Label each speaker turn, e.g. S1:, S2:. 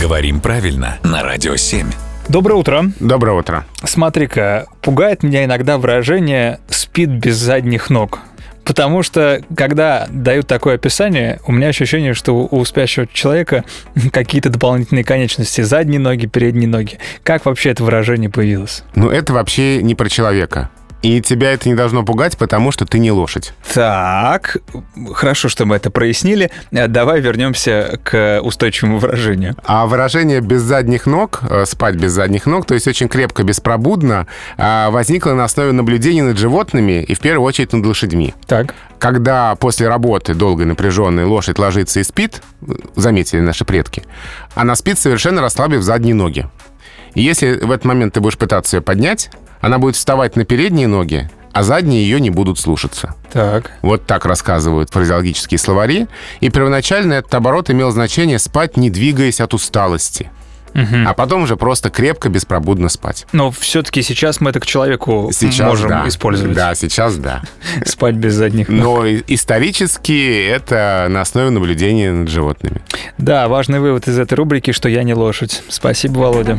S1: Говорим правильно на Радио 7.
S2: Доброе утро.
S3: Доброе утро.
S2: Смотри-ка, пугает меня иногда выражение «спит без задних ног». Потому что, когда дают такое описание, у меня ощущение, что у спящего человека какие-то дополнительные конечности, задние ноги, передние ноги. Как вообще это выражение появилось?
S3: Ну, это вообще не про человека. И тебя это не должно пугать, потому что ты не лошадь.
S2: Так, хорошо, что мы это прояснили. Э, Давай вернемся к устойчивому выражению.
S3: А выражение «без задних ног», э, «спать без задних ног», то есть очень крепко, беспробудно, э, возникло на основе наблюдений над животными и в первую очередь над лошадьми.
S2: Так.
S3: Когда после работы долгой напряженной лошадь ложится и спит, э, заметили наши предки, она спит совершенно расслабив задние ноги. И если в этот момент ты будешь пытаться ее поднять, она будет вставать на передние ноги, а задние ее не будут слушаться.
S2: Так.
S3: Вот так рассказывают фразеологические словари. И первоначально этот оборот имел значение спать, не двигаясь от усталости. А потом уже просто крепко, беспробудно спать.
S2: Но все-таки сейчас мы это к человеку
S3: Сейчас
S2: можем
S3: да.
S2: использовать.
S3: Да, сейчас да.
S2: Спать без задних ног.
S3: Но и- исторически это на основе наблюдения над животными.
S2: Да, важный вывод из этой рубрики, что я не лошадь. Спасибо, Володя.